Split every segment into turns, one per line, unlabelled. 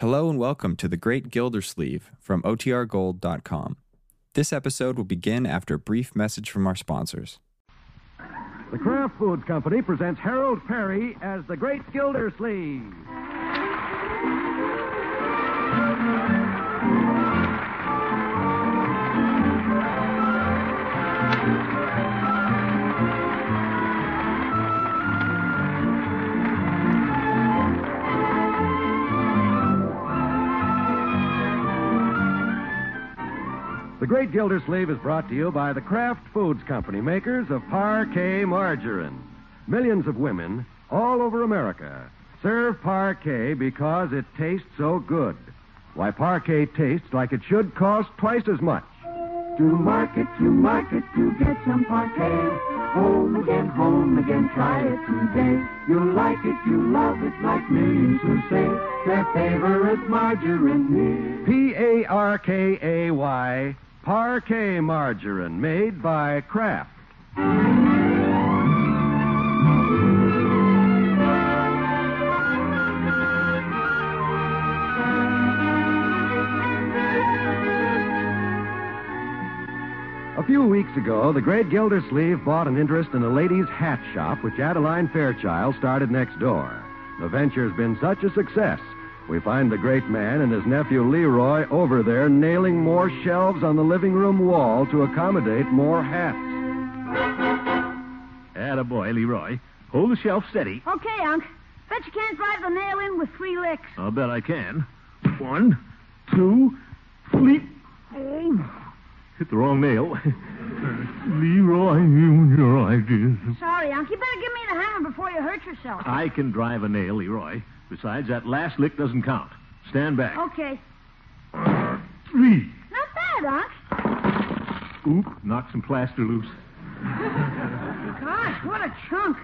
Hello and welcome to The Great Gildersleeve from OTRGold.com. This episode will begin after a brief message from our sponsors.
The Kraft Foods Company presents Harold Perry as the Great Gildersleeve. The Great Gildersleeve is brought to you by the Kraft Foods Company, makers of Parquet Margarine. Millions of women all over America serve Parquet because it tastes so good. Why, Parquet tastes like it should cost twice as much.
To market, to market, to get some parquet. Home again, home again, try it today. You'll like it, you love it, like millions who say their favorite margarine is.
P A R K A Y, Parquet Margarine, made by Kraft. A few weeks ago, the great Gildersleeve bought an interest in a ladies' hat shop which Adeline Fairchild started next door. The venture's been such a success. We find the great man and his nephew Leroy over there nailing more shelves on the living room wall to accommodate more hats.
Attaboy, Leroy. Hold the shelf steady.
Okay, Unc. Bet you can't drive the nail in with three licks.
I'll bet I can. One, two, leap. Hit the wrong nail. Leroy, you know I did.
Sorry, Unc. You better give me the hammer before you hurt yourself.
I can drive a nail, Leroy. Besides, that last lick doesn't count. Stand back.
Okay.
Three.
Not bad, Unc.
Oop, knocked some plaster loose.
Gosh, what a chunk.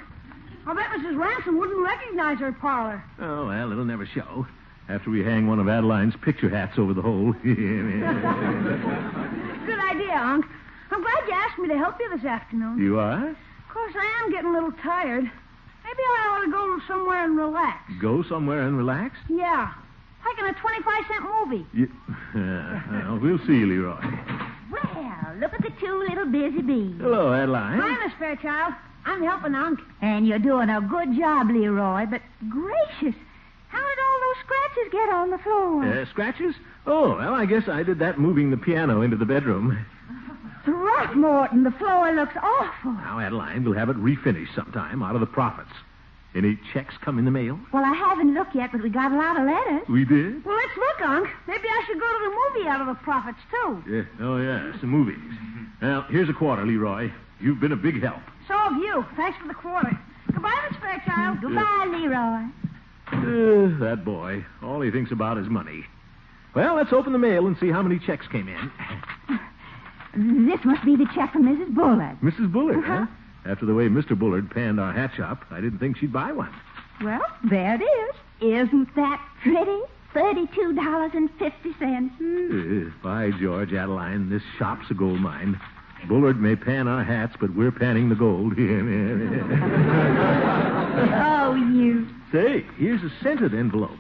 I'll bet Mrs. Ransom wouldn't recognize her parlor.
Oh, well, it'll never show. After we hang one of Adeline's picture hats over the hole.
Good idea, Unc. I'm glad you asked me to help you this afternoon.
you are?
Of course, I am getting a little tired. Maybe I ought to go somewhere and relax.
Go somewhere and relax?
Yeah. Like in a 25 cent movie.
You... Uh, we'll see, Leroy.
Well, look at the two little busy bees.
Hello, Adeline.
Hi, Miss Fairchild. I'm helping Unc.
And you're doing a good job, Leroy, but gracious, how did all those scratches get on the floor?
Uh, scratches? Oh, well, I guess I did that moving the piano into the bedroom.
Throckmorton, the floor looks awful.
Now, Adeline, we'll have it refinished sometime out of the profits. Any checks come in the mail?
Well, I haven't looked yet, but we got a lot of letters.
We did?
Well, let's look, Unc. Maybe I should go to the movie out of the profits, too.
Yeah. Oh, yeah, some movies. Now, here's a quarter, Leroy. You've been a big help.
So have you. Thanks for the quarter. Goodbye, Miss Fairchild.
Goodbye, Leroy.
Uh, that boy. All he thinks about is money. Well, let's open the mail and see how many checks came in.
This must be the check from Mrs. Bullard. Uh-huh.
Mrs. Bullard, huh? After the way Mr. Bullard panned our hat shop, I didn't think she'd buy one.
Well, there it is. Isn't that pretty? Thirty-two dollars and fifty cents.
Uh, by George, Adeline, this shop's a gold mine. Bullard may pan our hats, but we're panning the gold.
Oh, you!
Say, here's a scented envelope.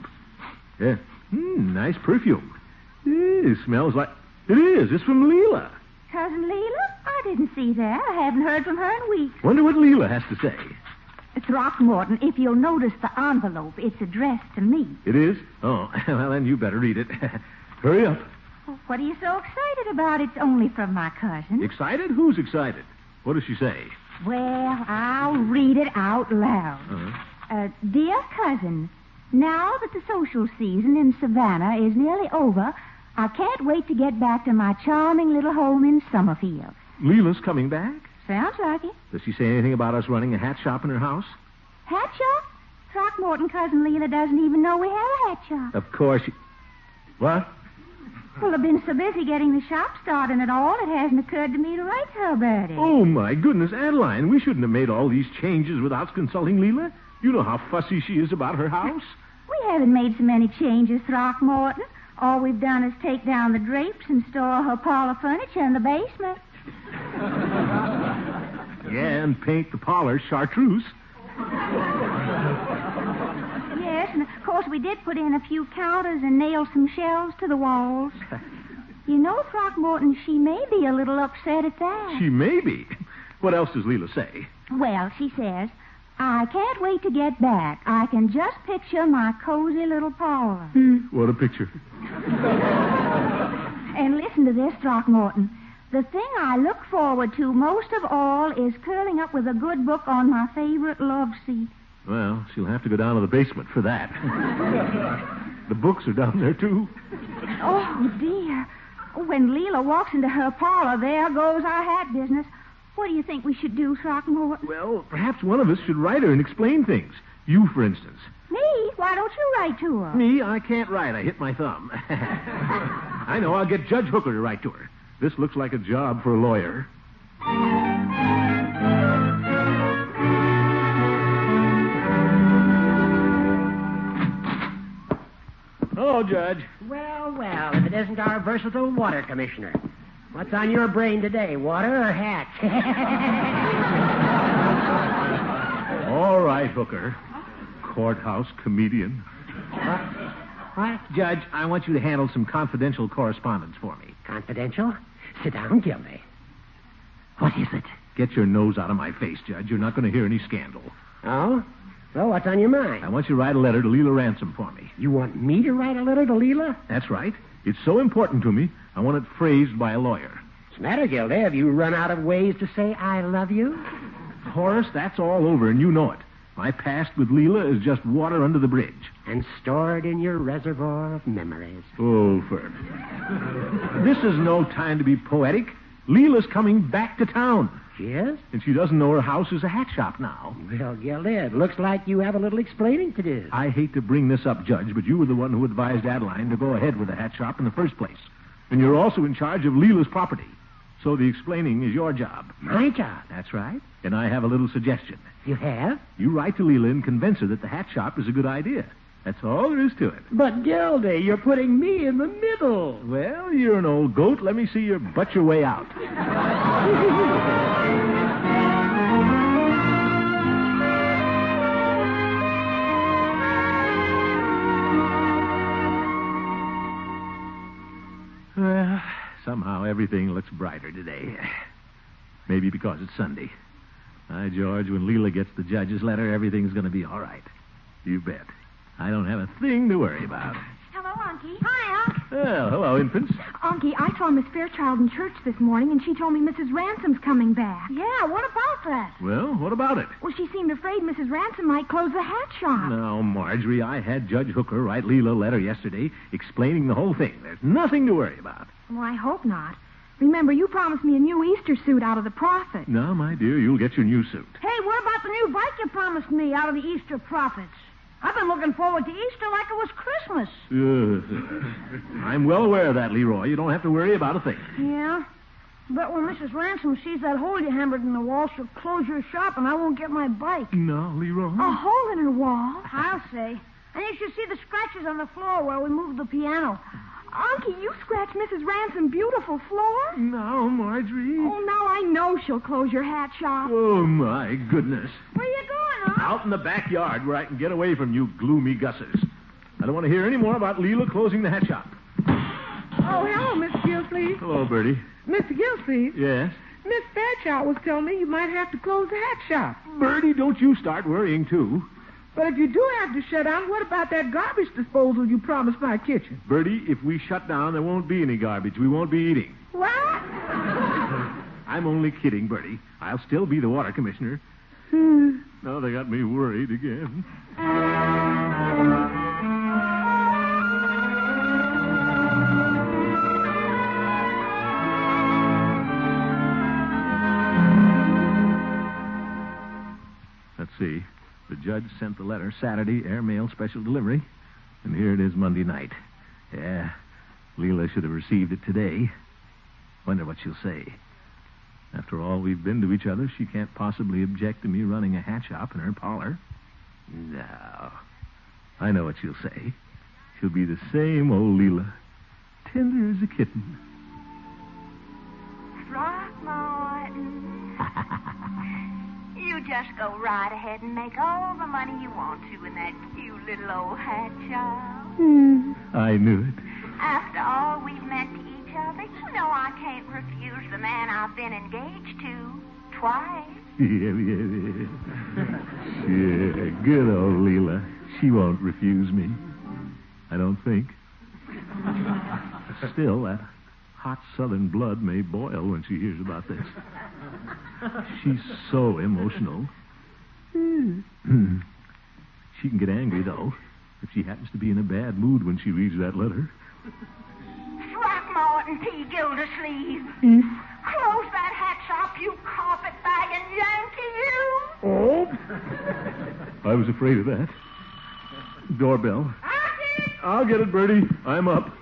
Yeah. Hmm, nice perfume.
Hmm.
Eh, It smells like. It is. It's from Leela.
Cousin Leela? I didn't see that. I haven't heard from her in weeks.
Wonder what Leela has to say.
Throckmorton, if you'll notice the envelope, it's addressed to me.
It is? Oh, well, then you better read it. Hurry up.
What are you so excited about? It's only from my cousin.
Excited? Who's excited? What does she say?
Well, I'll read it out loud.
Uh-huh.
Uh, dear cousin, now that the social season in Savannah is nearly over, I can't wait to get back to my charming little home in Summerfield.
Leela's coming back?
Sounds like it.
Does she say anything about us running a hat shop in her house?
Hat shop? Throckmorton cousin Leela doesn't even know we have a hat shop.
Of course. She... What?
Well, I've been so busy getting the shop started and all, it hasn't occurred to me to write to her about it.
Oh, my goodness, Adeline, we shouldn't have made all these changes without consulting Leela. You know how fussy she is about her house.
We haven't made so many changes, Throckmorton. All we've done is take down the drapes and store her parlor furniture in the basement.
yeah, and paint the parlor chartreuse.
Yes, and of course, we did put in a few counters and nailed some shelves to the walls. you know, Throckmorton, she may be a little upset at that.
She may be. What else does Leela say?
Well, she says, I can't wait to get back. I can just picture my cozy little parlor.
What a picture.
And listen to this, Throckmorton. The thing I look forward to most of all is curling up with a good book on my favorite love seat.
Well, she'll have to go down to the basement for that. the books are down there, too.
Oh, dear. When Leela walks into her parlor, there goes our hat business. What do you think we should do, Throckmorton?
Well, perhaps one of us should write her and explain things. You, for instance.
Me? Why don't you write to her?
Me, I can't write. I hit my thumb. I know. I'll get Judge Hooker to write to her. This looks like a job for a lawyer. Hello, Judge.
Well, well, if it isn't our versatile water commissioner. What's on your brain today, water or hat?
All right, Hooker. Courthouse comedian.
what?
Judge, I want you to handle some confidential correspondence for me.
Confidential? Sit down, Gildy. What is it?
Get your nose out of my face, Judge. You're not going to hear any scandal.
Oh? Well, what's on your
I
mind?
want you to write a letter to Leela Ransom for me.
You want me to write a letter to Leela?
That's right. It's so important to me, I want it phrased by a lawyer.
What's the matter, Gildy? Have you run out of ways to say I love you?
Horace, that's all over, and you know it. My past with Leela is just water under the bridge.
And stored in your reservoir of memories.
Oh, Fern. this is no time to be poetic. Leela's coming back to town,
Yes?
and she doesn't know her house is a hat shop now.
Well, Gildy, it looks like you have a little explaining to do.
I hate to bring this up, Judge, but you were the one who advised Adeline to go ahead with the hat shop in the first place. And you're also in charge of Leela's property. So the explaining is your job.
My job.
That's right. And I have a little suggestion.
You have?
You write to Leela and convince her that the hat shop is a good idea. That's all there is to it.
But, Gildy, you're putting me in the middle.
Well, you're an old goat. Let me see your butt your way out. well, somehow everything looks brighter today. Maybe because it's Sunday. Hi, George, when Leela gets the judge's letter, everything's going to be all right. You bet. I don't have a thing to worry about.
Hello, Unky. Hi, Unc.
Well, hello, infants.
Unky, I saw Miss Fairchild in church this morning, and she told me Mrs. Ransom's coming back. Yeah, what about that?
Well, what about it?
Well, she seemed afraid Mrs. Ransom might close the hat shop.
Now, Marjorie, I had Judge Hooker write Leela a letter yesterday explaining the whole thing. There's nothing to worry about.
Well, I hope not. Remember, you promised me a new Easter suit out of the profits.
Now, my dear, you'll get your new suit.
Hey, what about the new bike you promised me out of the Easter profits? I've been looking forward to Easter like it was Christmas.
Ugh. I'm well aware of that, Leroy. You don't have to worry about a thing.
Yeah? But when Mrs. Ransom sees that hole you hammered in the wall, she'll close your shop and I won't get my bike.
No, Leroy.
A hole in her wall? I'll say. And you should see the scratches on the floor where we moved the piano. Unky, you scratched Mrs. Ransom's beautiful floor?
Now, Marjorie.
Oh, now I know she'll close your hat shop.
Oh, my goodness.
Where you going, Unc?
Out in the backyard where I can get away from you gloomy gusses. I don't want to hear any more about Leela closing the hat shop.
Oh, hello, Miss Gilsleeve.
Hello, Bertie.
Mr. Gilsleeve,
Yes?
Miss Fairchild was telling me you might have to close the hat shop.
Bertie, don't you start worrying, too.
But if you do have to shut down, what about that garbage disposal you promised my kitchen?
Bertie, if we shut down, there won't be any garbage. We won't be eating.
What?
I'm only kidding, Bertie. I'll still be the water commissioner. now they got me worried again. Let's see. The judge sent the letter Saturday, airmail special delivery, and here it is Monday night. Yeah, Leela should have received it today. Wonder what she'll say. After all we've been to each other, she can't possibly object to me running a hat shop in her parlor. No. I know what she'll say. She'll be the same old Leela, tender as a kitten.
Throckmorton. you just go right ahead and make all the money you want to in that cute
little old hat shop.
Hmm.
I knew it.
After all we've meant to each other, you know I can't refuse the man I've been engaged to twice.
Yeah, yeah, yeah. yeah, good old Leela. She won't refuse me. I don't think. Still, that hot southern blood may boil when she hears about this. She's so emotional.
Hmm.
she can get angry, though, if she happens to be in a bad mood when she reads that letter.
Throckmorton P. Gildersleeve.
Hmm?
Close that hat shop, you carpetbagging Yankee, you!
Oh? I was afraid of that. Doorbell. I'll get it, Bertie. I'm up.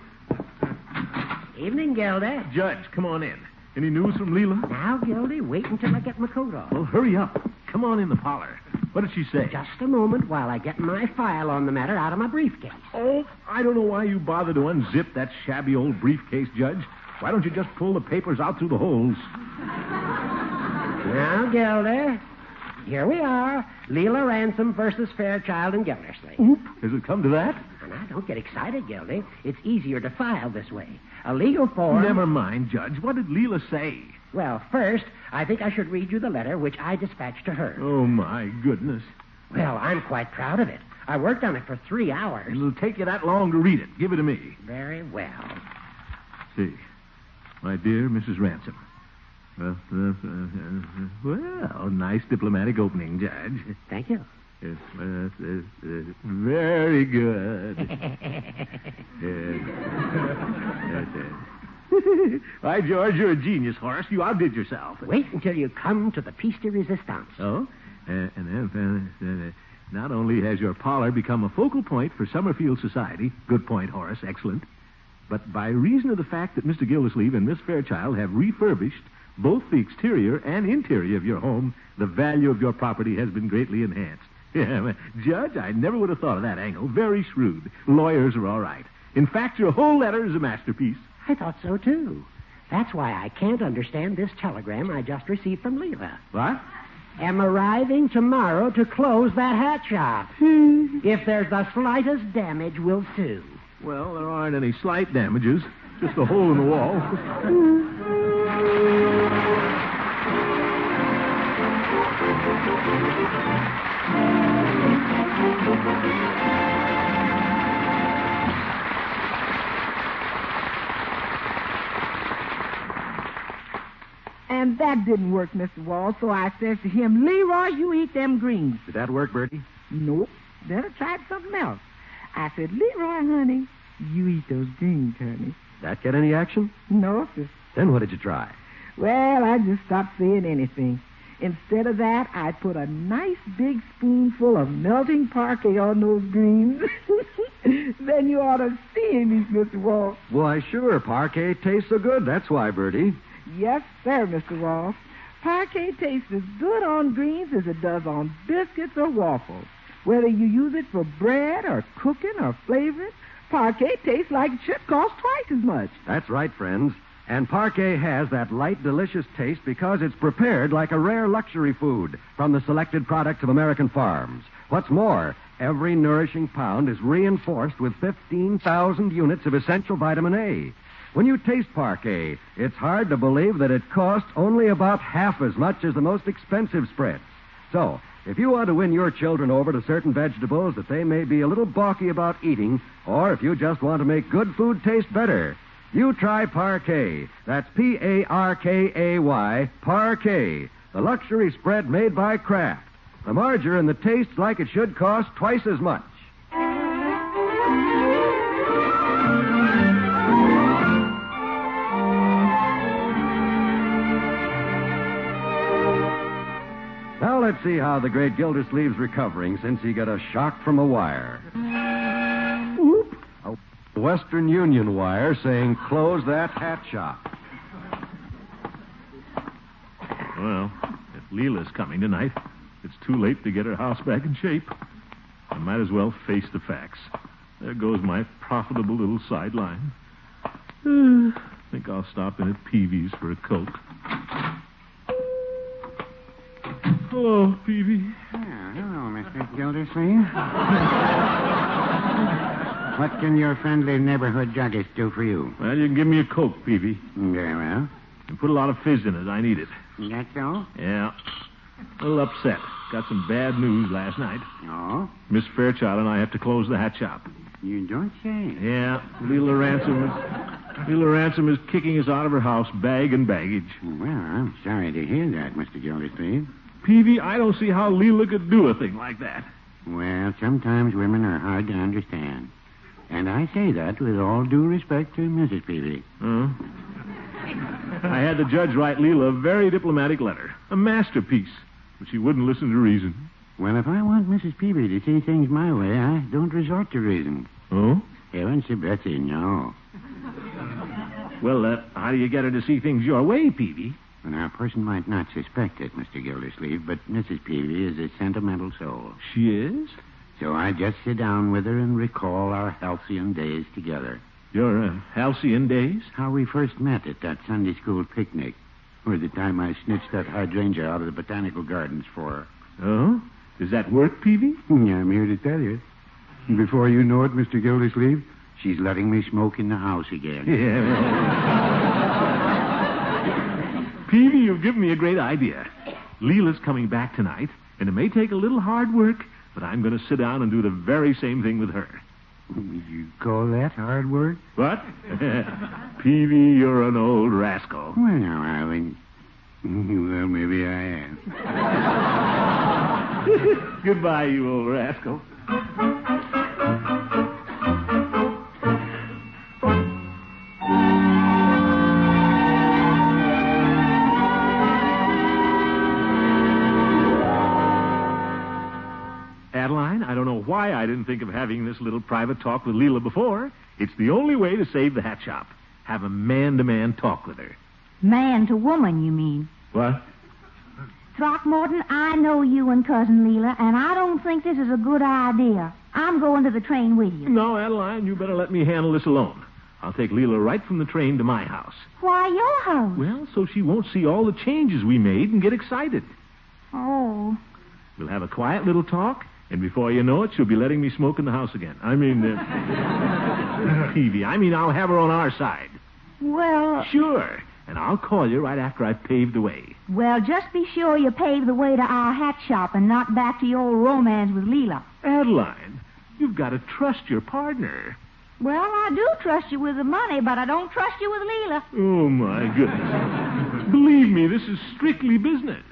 Evening, Gilda.
Judge, come on in. Any news from Leela?
Now, Gildy, wait until I get my coat off.
Well, hurry up. Come on in the parlor. What did she say?
Just a moment while I get my file on the matter out of my briefcase.
Oh, I don't know why you bother to unzip that shabby old briefcase, Judge. Why don't you just pull the papers out through the holes?
Now, Gilda, here we are. Leela Ransom versus Fairchild and Gildersleeve.
Has it come to that?
And I don't get excited, Gildy. It's easier to file this way. A legal form.
Never mind, Judge. What did Leela say?
Well, first, I think I should read you the letter which I dispatched to her.
Oh, my goodness.
Well, I'm quite proud of it. I worked on it for three hours.
It'll take you that long to read it. Give it to me.
Very well.
See. My dear Mrs. Ransom. Well, uh, uh, uh, well, nice diplomatic opening, Judge.
Thank you.
Yes, well, that's, uh, uh, very good. Yes. Yes, yes. Why, George, you're a genius, Horace. You outdid yourself.
Wait until you come to the piece de resistance.
Oh? Uh, and then, uh, uh, not only has your parlor become a focal point for Summerfield society, good point, Horace, excellent, but by reason of the fact that Mr. Gildersleeve and Miss Fairchild have refurbished both the exterior and interior of your home, the value of your property has been greatly enhanced. Yeah, well, Judge, I never would have thought of that angle. Very shrewd. Lawyers are all right. In fact, your whole letter is a masterpiece.
I thought so, too. That's why I can't understand this telegram I just received from Leela.
What?
Am arriving tomorrow to close that hat shop. if there's the slightest damage, we'll sue.
Well, there aren't any slight damages, just a hole in the wall.
And that didn't work, Mr. Wall, so I says to him, Leroy, you eat them greens.
Did that work, Bertie?
Nope. Then I tried something else. I said, Leroy, honey, you eat those greens, honey.
That get any action?
No, sis.
Then what did you try?
Well, I just stopped saying anything. Instead of that, I put a nice big spoonful of melting parquet on those greens. then you ought to see him, Mr. Wall.
Why, sure, parquet tastes so good. That's why, Bertie.
Yes, sir, Mr. Wall. Parquet tastes as good on greens as it does on biscuits or waffles. Whether you use it for bread or cooking or flavoring, parquet tastes like it should cost twice as much.
That's right, friends. And parquet has that light, delicious taste because it's prepared like a rare luxury food from the selected products of American farms. What's more, every nourishing pound is reinforced with 15,000 units of essential vitamin A. When you taste parquet, it's hard to believe that it costs only about half as much as the most expensive spreads. So, if you want to win your children over to certain vegetables that they may be a little balky about eating, or if you just want to make good food taste better, you try Parquet. That's P A R K A Y, Parquet, the luxury spread made by Kraft. The margarine that tastes like it should cost twice as much. Now let's see how the great Gildersleeve's recovering since he got a shock from a wire. Oop. A Western Union wire saying, close that hat shop.
Well, if Leela's coming tonight, it's too late to get her house back in shape. I might as well face the facts. There goes my profitable little sideline. Uh, think I'll stop in at Peavy's for a coke. Hello, Peavy.
Yeah, hello, Mr. Miss Gildersleeve? what can your friendly neighborhood druggist do for you?
Well, you can give me a Coke, Peavy.
Very well.
You put a lot of fizz in it. I need it.
That's all?
Yeah. A little upset. Got some bad news last night.
Oh?
Miss Fairchild and I have to close the hat shop.
You don't say.
Yeah. Leela Ransom is, Leela Ransom is kicking us out of her house, bag and baggage.
Well, I'm sorry to hear that, Mr. Gildersleeve.
Peavy, I don't see how Leela could do a thing like that.
Well, sometimes women are hard to understand. And I say that with all due respect to Mrs. Peavy.
Huh? I had the judge write Leela a very diplomatic letter, a masterpiece, but she wouldn't listen to reason.
Well, if I want Mrs. Peavy to see things my way, I don't resort to reason.
Oh?
Heavens to Betsy, no.
Well, uh, how do you get her to see things your way, Peavy?
Now, a person might not suspect it, Mr. Gildersleeve, but Mrs. Peavy is a sentimental soul.
She is?
So I just sit down with her and recall our halcyon days together.
Your uh, halcyon days?
How we first met at that Sunday school picnic, or the time I snitched that hydrangea out of the botanical gardens for her. Hmm,
Oh? Does that work, Peavy?
I'm here to tell you. Before you know it, Mr. Gildersleeve, she's letting me smoke in the house again.
Peavy, you've given me a great idea. Leela's coming back tonight, and it may take a little hard work, but I'm going to sit down and do the very same thing with her.
You call that hard work?
What? Peavy, you're an old rascal.
Well, now, Alvin. Well, maybe I am.
Goodbye, you old rascal. Adeline, I don't know why I didn't think of having this little private talk with Leela before. It's the only way to save the hat shop. Have a man to man talk with her.
Man to woman, you mean.
What?
Throckmorton, I know you and Cousin Leela, and I don't think this is a good idea. I'm going to the train with you.
No, Adeline, you better let me handle this alone. I'll take Leela right from the train to my house.
Why, your house?
Well, so she won't see all the changes we made and get excited.
Oh.
We'll have a quiet little talk, and before you know it, she'll be letting me smoke in the house again. I mean, uh, Peavy, I mean, I'll have her on our side.
Well,
Sure. And I'll call you right after I've paved the way.
well, just be sure you pave the way to our hat shop and not back to your old romance with Leela.
Adeline, you've got to trust your partner.
Well, I do trust you with the money, but I don't trust you with Leela.
Oh, my goodness. Believe me, this is strictly business.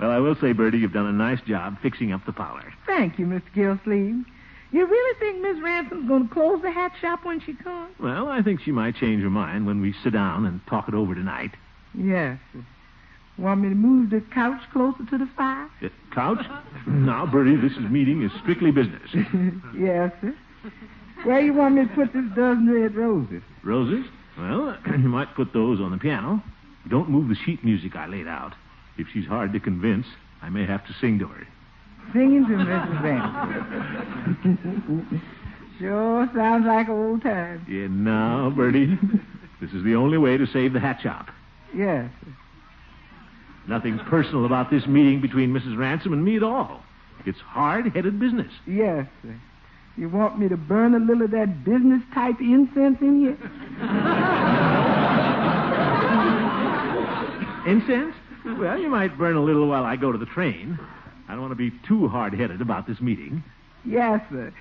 Well, I will say, Bertie, you've done a nice job fixing up the parlor.
Thank you, Miss Gilsleeve. You really think Miss Ransom's going to close the hat shop when she comes?
Well, I think she might change her mind when we sit down and talk it over tonight.
Yes. Want me to move the couch closer to the fire?
Uh, couch? Now, Bertie, this is meeting is strictly business.
yes, sir. Where you want me to put this dozen red roses?
Roses? Well, you might put those on the piano. Don't move the sheet music I laid out. If she's hard to convince, I may have to sing to her.
Singing to Mrs. Ransom. sure sounds like old times.
Yeah, now, Bertie, this is the only way to save the hat shop.
Yes.
Nothing personal about this meeting between Mrs. Ransom and me at all. It's hard-headed business.
Yes, sir. You want me to burn a little of that business type incense in here?
Incense? Well, you might burn a little while I go to the train. I don't want to be too hard-headed about this meeting.
Yes, sir.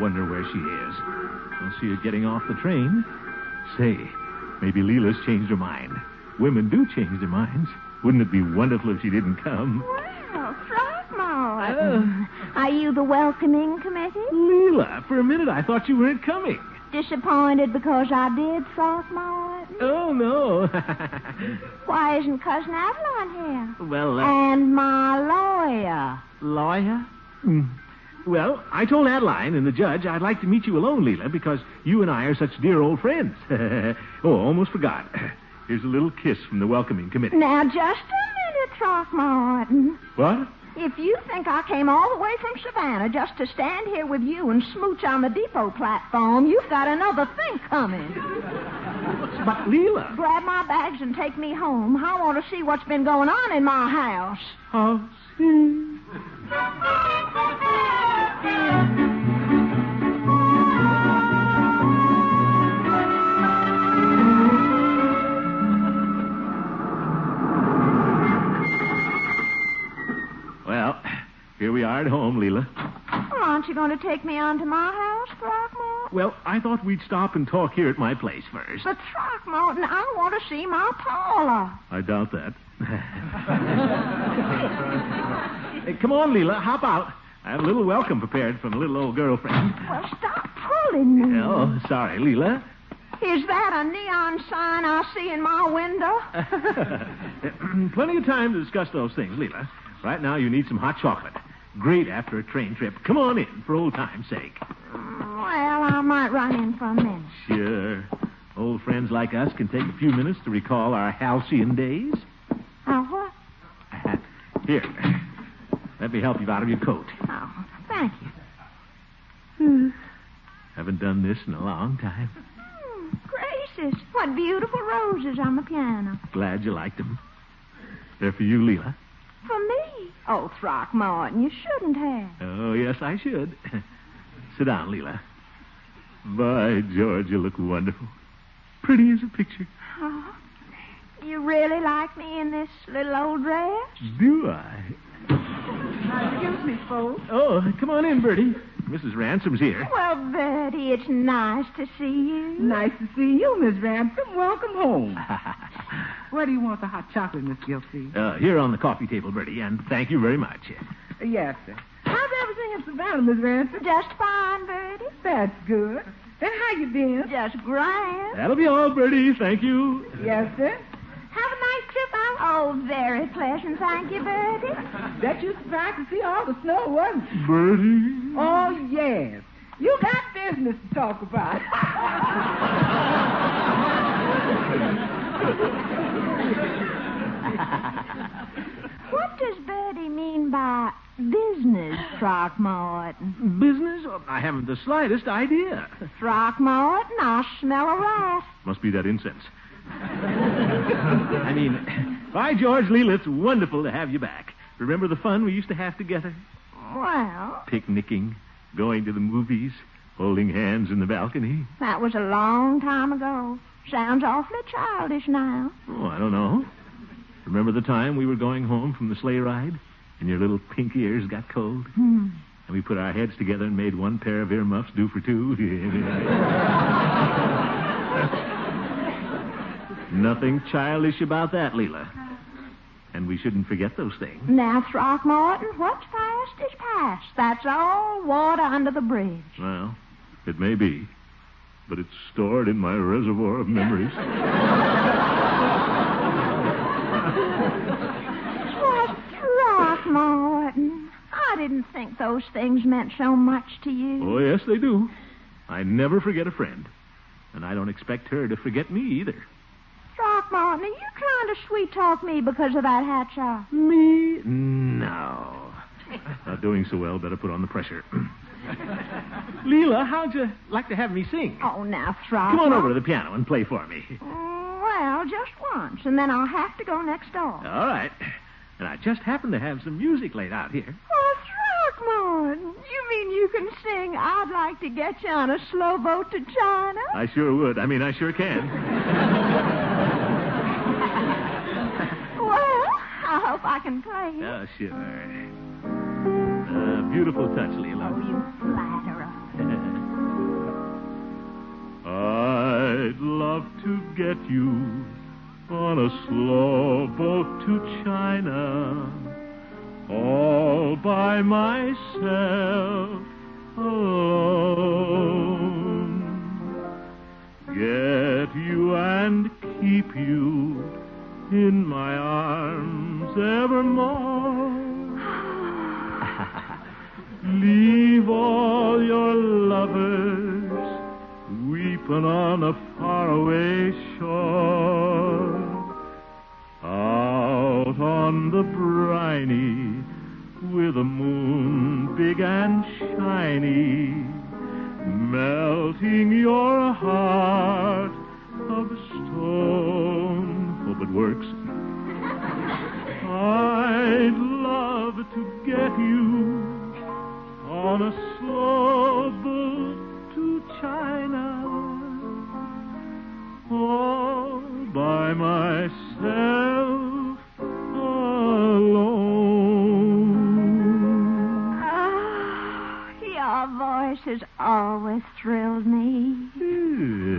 Wonder where she is. Don't see her getting off the train. Say, maybe Leela's changed her mind. Women do change their minds. Wouldn't it be wonderful if she didn't come?
Well, Oh, Throckmorton. Are you the welcoming committee?
Oh. Leela, Uh, for a minute I thought you weren't coming.
Disappointed because I did, Throckmorton?
Oh, no.
Why isn't Cousin Adeline here?
uh, well, uh,
And my lawyer.
lawyer? Well, I told Adeline and the judge I'd like to meet you alone, Leela, because you and I are such dear old friends. oh, almost forgot. Here's a little kiss from the welcoming committee.
Now, just a minute, Throckmorton.
What?
If you think I came all the way from Savannah just to stand here with you and smooch on the depot platform, you've got another thing coming.
But, Leela.
Grab my bags and take me home. I want to see what's been going on in my house.
Oh, Well, here we are at home, Leela.
Well, aren't you going to take me on to my house, Throckmorton?
Well, I thought we'd stop and talk here at my place first.
But, Throckmorton, I want to see my Paula.
I doubt that. Hey, come on, Leela, hop out. I have a little welcome prepared from a little old girlfriend.
Well, stop pulling me.
Oh, sorry, Leela.
Is that a neon sign I see in my window?
Plenty of time to discuss those things, Leela. Right now, you need some hot chocolate. Great after a train trip. Come on in, for old time's sake.
Well, I might run in for a minute.
Sure. Old friends like us can take a few minutes to recall our halcyon days.
Oh, what?
Here, let me help you out of your coat.
Oh, thank you.
Haven't done this in a long time.
Hmm, gracious, what beautiful roses on the piano.
Glad you liked them. They're for you, Leela.
For me. Oh, Throckmorton, you shouldn't have.
Oh, yes, I should. Sit down, Leela. By George, you look wonderful. Pretty as a picture.
Oh, you really like me in this little old dress?
Do I?
Excuse me, folks.
Oh, come on in, Bertie. Mrs. Ransom's here.
Well, Bertie, it's nice to see you.
Nice to see you, Miss Ransom. Welcome home. Where do you want the hot chocolate, Miss Gilsey?
Uh, here on the coffee table, Bertie, and thank you very much.
Yes, sir. How's everything in Savannah, Miss Ransom?
Just fine, Bertie.
That's good. And how you been?
Just grand.
That'll be all, Bertie. Thank you.
Yes, sir.
Have a nice trip out. Oh, very pleasant, thank you, Bertie.
Bet you surprised to see all the snow, wasn't you?
Bertie.
Oh, yes. You got business to talk about.
What does Bertie mean by business, Throckmorton?
Business? Oh, I haven't the slightest idea.
Throckmorton, I smell a rat.
Must be that incense. I mean, by George, Leela, it's wonderful to have you back. Remember the fun we used to have together?
Well,
Picnicking, going to the movies, holding hands in the balcony.
that was a long time ago. Sounds awfully childish now.
Oh, I don't know. Remember the time we were going home from the sleigh ride and your little pink ears got cold?
Hmm.
And we put our heads together and made one pair of earmuffs do for two? Nothing childish about that, Leela. And we shouldn't forget those things.
Now, Throckmorton, what's past is past. That's all water under the bridge.
Well, it may be, but it's stored in my reservoir of memories.
Why, Throckmorton, I didn't think those things meant so much to you.
Oh, yes, they do. I never forget a friend. And I don't expect her to forget me either.
Throckmorton, are you trying to sweet talk me because of that hat shop?
Me? No. Not doing so well. Better put on the pressure. Leela, how'd you like to have me sing?
Oh, now,
Come
Throckmorton.
on over to the piano and play for me.
Mm, Well, just once, and then I'll have to go next door.
All right. And I just happen to have some music laid out here.
Oh, Throckmorton, you mean you can sing I'd like to get you on a slow boat to China?
I sure would. I mean, I sure can.
Well, I hope I can play it.
Oh, sure. Uh, beautiful touch,
Oh,
Leela.
you flatterer.
I'd love to get you on a slow boat to China all by myself alone. Get you and keep you in my arms evermore.
Leave all your lovers weeping on a faraway shore. Out on the briny with a moon big and shiny, melting your heart of stone. Hope it works. I'd love to get you on a slow boat to China all by myself alone.
Ah,
Your voice has always thrilled me.
Hmm.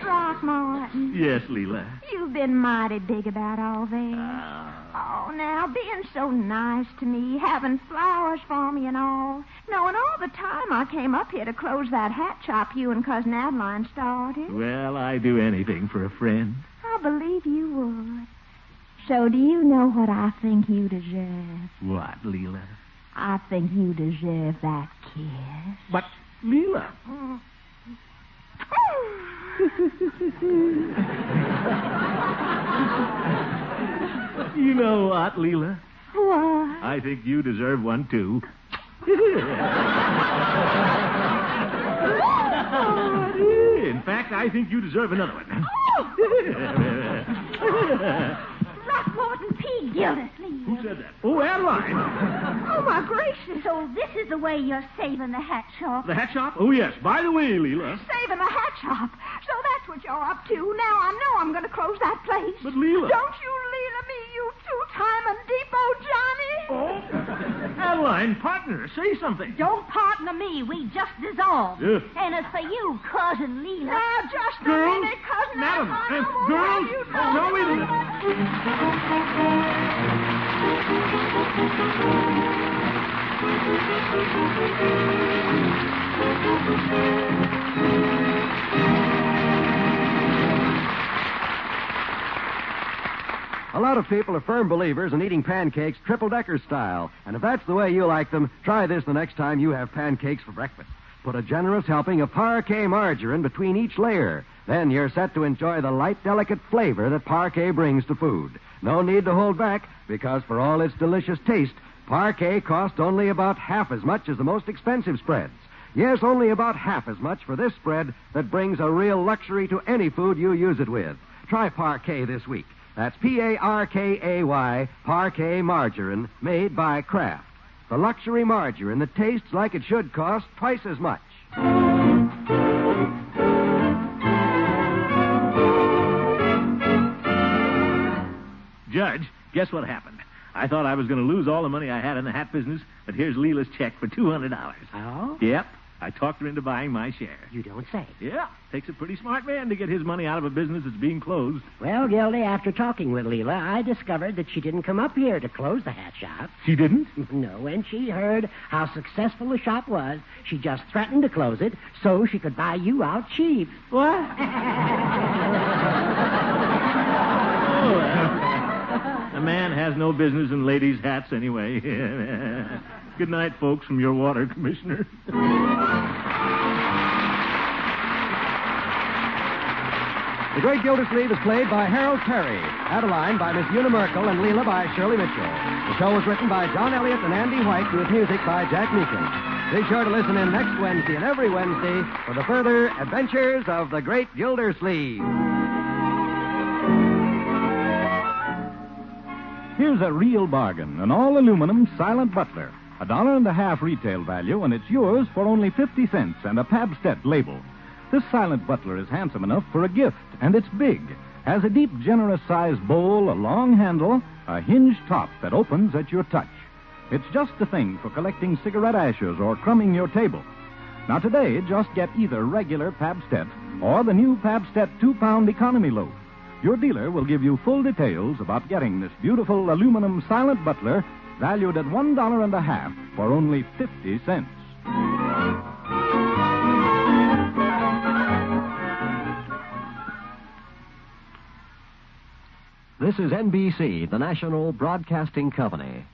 Throckmorton,
Yes, Leela.
you've been mighty big about all this.
Ah.
Oh, now, being so nice to me, having flowers for me and all. Knowing all the time I came up here to close that hat shop you and Cousin Adeline started.
Well, I do anything for a friend.
I believe you would. So do you know what I think you deserve?
What, Leela?
I think you deserve that kiss.
But, Leela. You know what, Leela?
What?
I think you deserve one, too. In fact, I think you deserve another one.
Throckmorton P. Gildersleeve.
Who said that? Oh, Adeline.
Oh, my gracious. So
Oh,
this is the way you're saving the hat shop.
The hat shop? Oh, yes. By the way, Leela.
Saving the hat shop. So that's what you're up to. Now I know I'm going to close that place.
But, Leela-
Don't you Leela me, you two-time and
Oh,
depot Johnny.
Oh. Adeline, partner, say something.
Don't partner me. We just dissolved.
Yes.
And as for you, cousin Leela.
Now, just
Girls, madam, uh, girls, no, wait a
A lot of people are firm believers in eating pancakes triple decker style, and if that's the way you like them, try this the next time you have pancakes for breakfast. Put a generous helping of parquet margarine between each layer. Then you're set to enjoy the light, delicate flavor that parquet brings to food. No need to hold back, because for all its delicious taste, parquet costs only about half as much as the most expensive spreads. Yes, only about half as much for this spread that brings a real luxury to any food you use it with. Try parquet this week. That's P A R K A Y, parquet margarine, made by Kraft. The luxury margarine that tastes like it should cost twice as much.
Judge, guess what happened? I thought I was going to lose all the money I had in the hat business, but here's Leela's check for $200.
Oh?
Yep. I talked her into buying my share.
You don't say.
Yeah. Takes a pretty smart man to get his money out of a business that's being closed.
Well, Gildy, after talking with Leela, I discovered that she didn't come up here to close the hat shop.
She didn't?
No, when she heard how successful the shop was, she just threatened to close it so she could buy you out cheap.
A man has no business in ladies' hats anyway. Good night, folks, from your water commissioner.
The Great Gildersleeve is played by Harold Perry, Adeline by Miss Una Merkel, and Leela by Shirley Mitchell. The show was written by John Elliott and Andy White with music by Jack Meakin. Be sure to listen in next Wednesday and every Wednesday for the further adventures of the Great Gildersleeve.
Here's a real bargain an all aluminum silent butler. A dollar and a half retail value, and it's yours for only 50 cents and a Pabstet label. This silent butler is handsome enough for a gift, and it's big. Has a deep, generous sized bowl, a long handle, a hinged top that opens at your touch. It's just the thing for collecting cigarette ashes or crumbing your table. Now, today, just get either regular Pabstet or the new Pabstet two pound economy loaf. Your dealer will give you full details about getting this beautiful aluminum silent butler valued at one dollar and a half for only 50 cents. This is NBC, the national broadcasting company.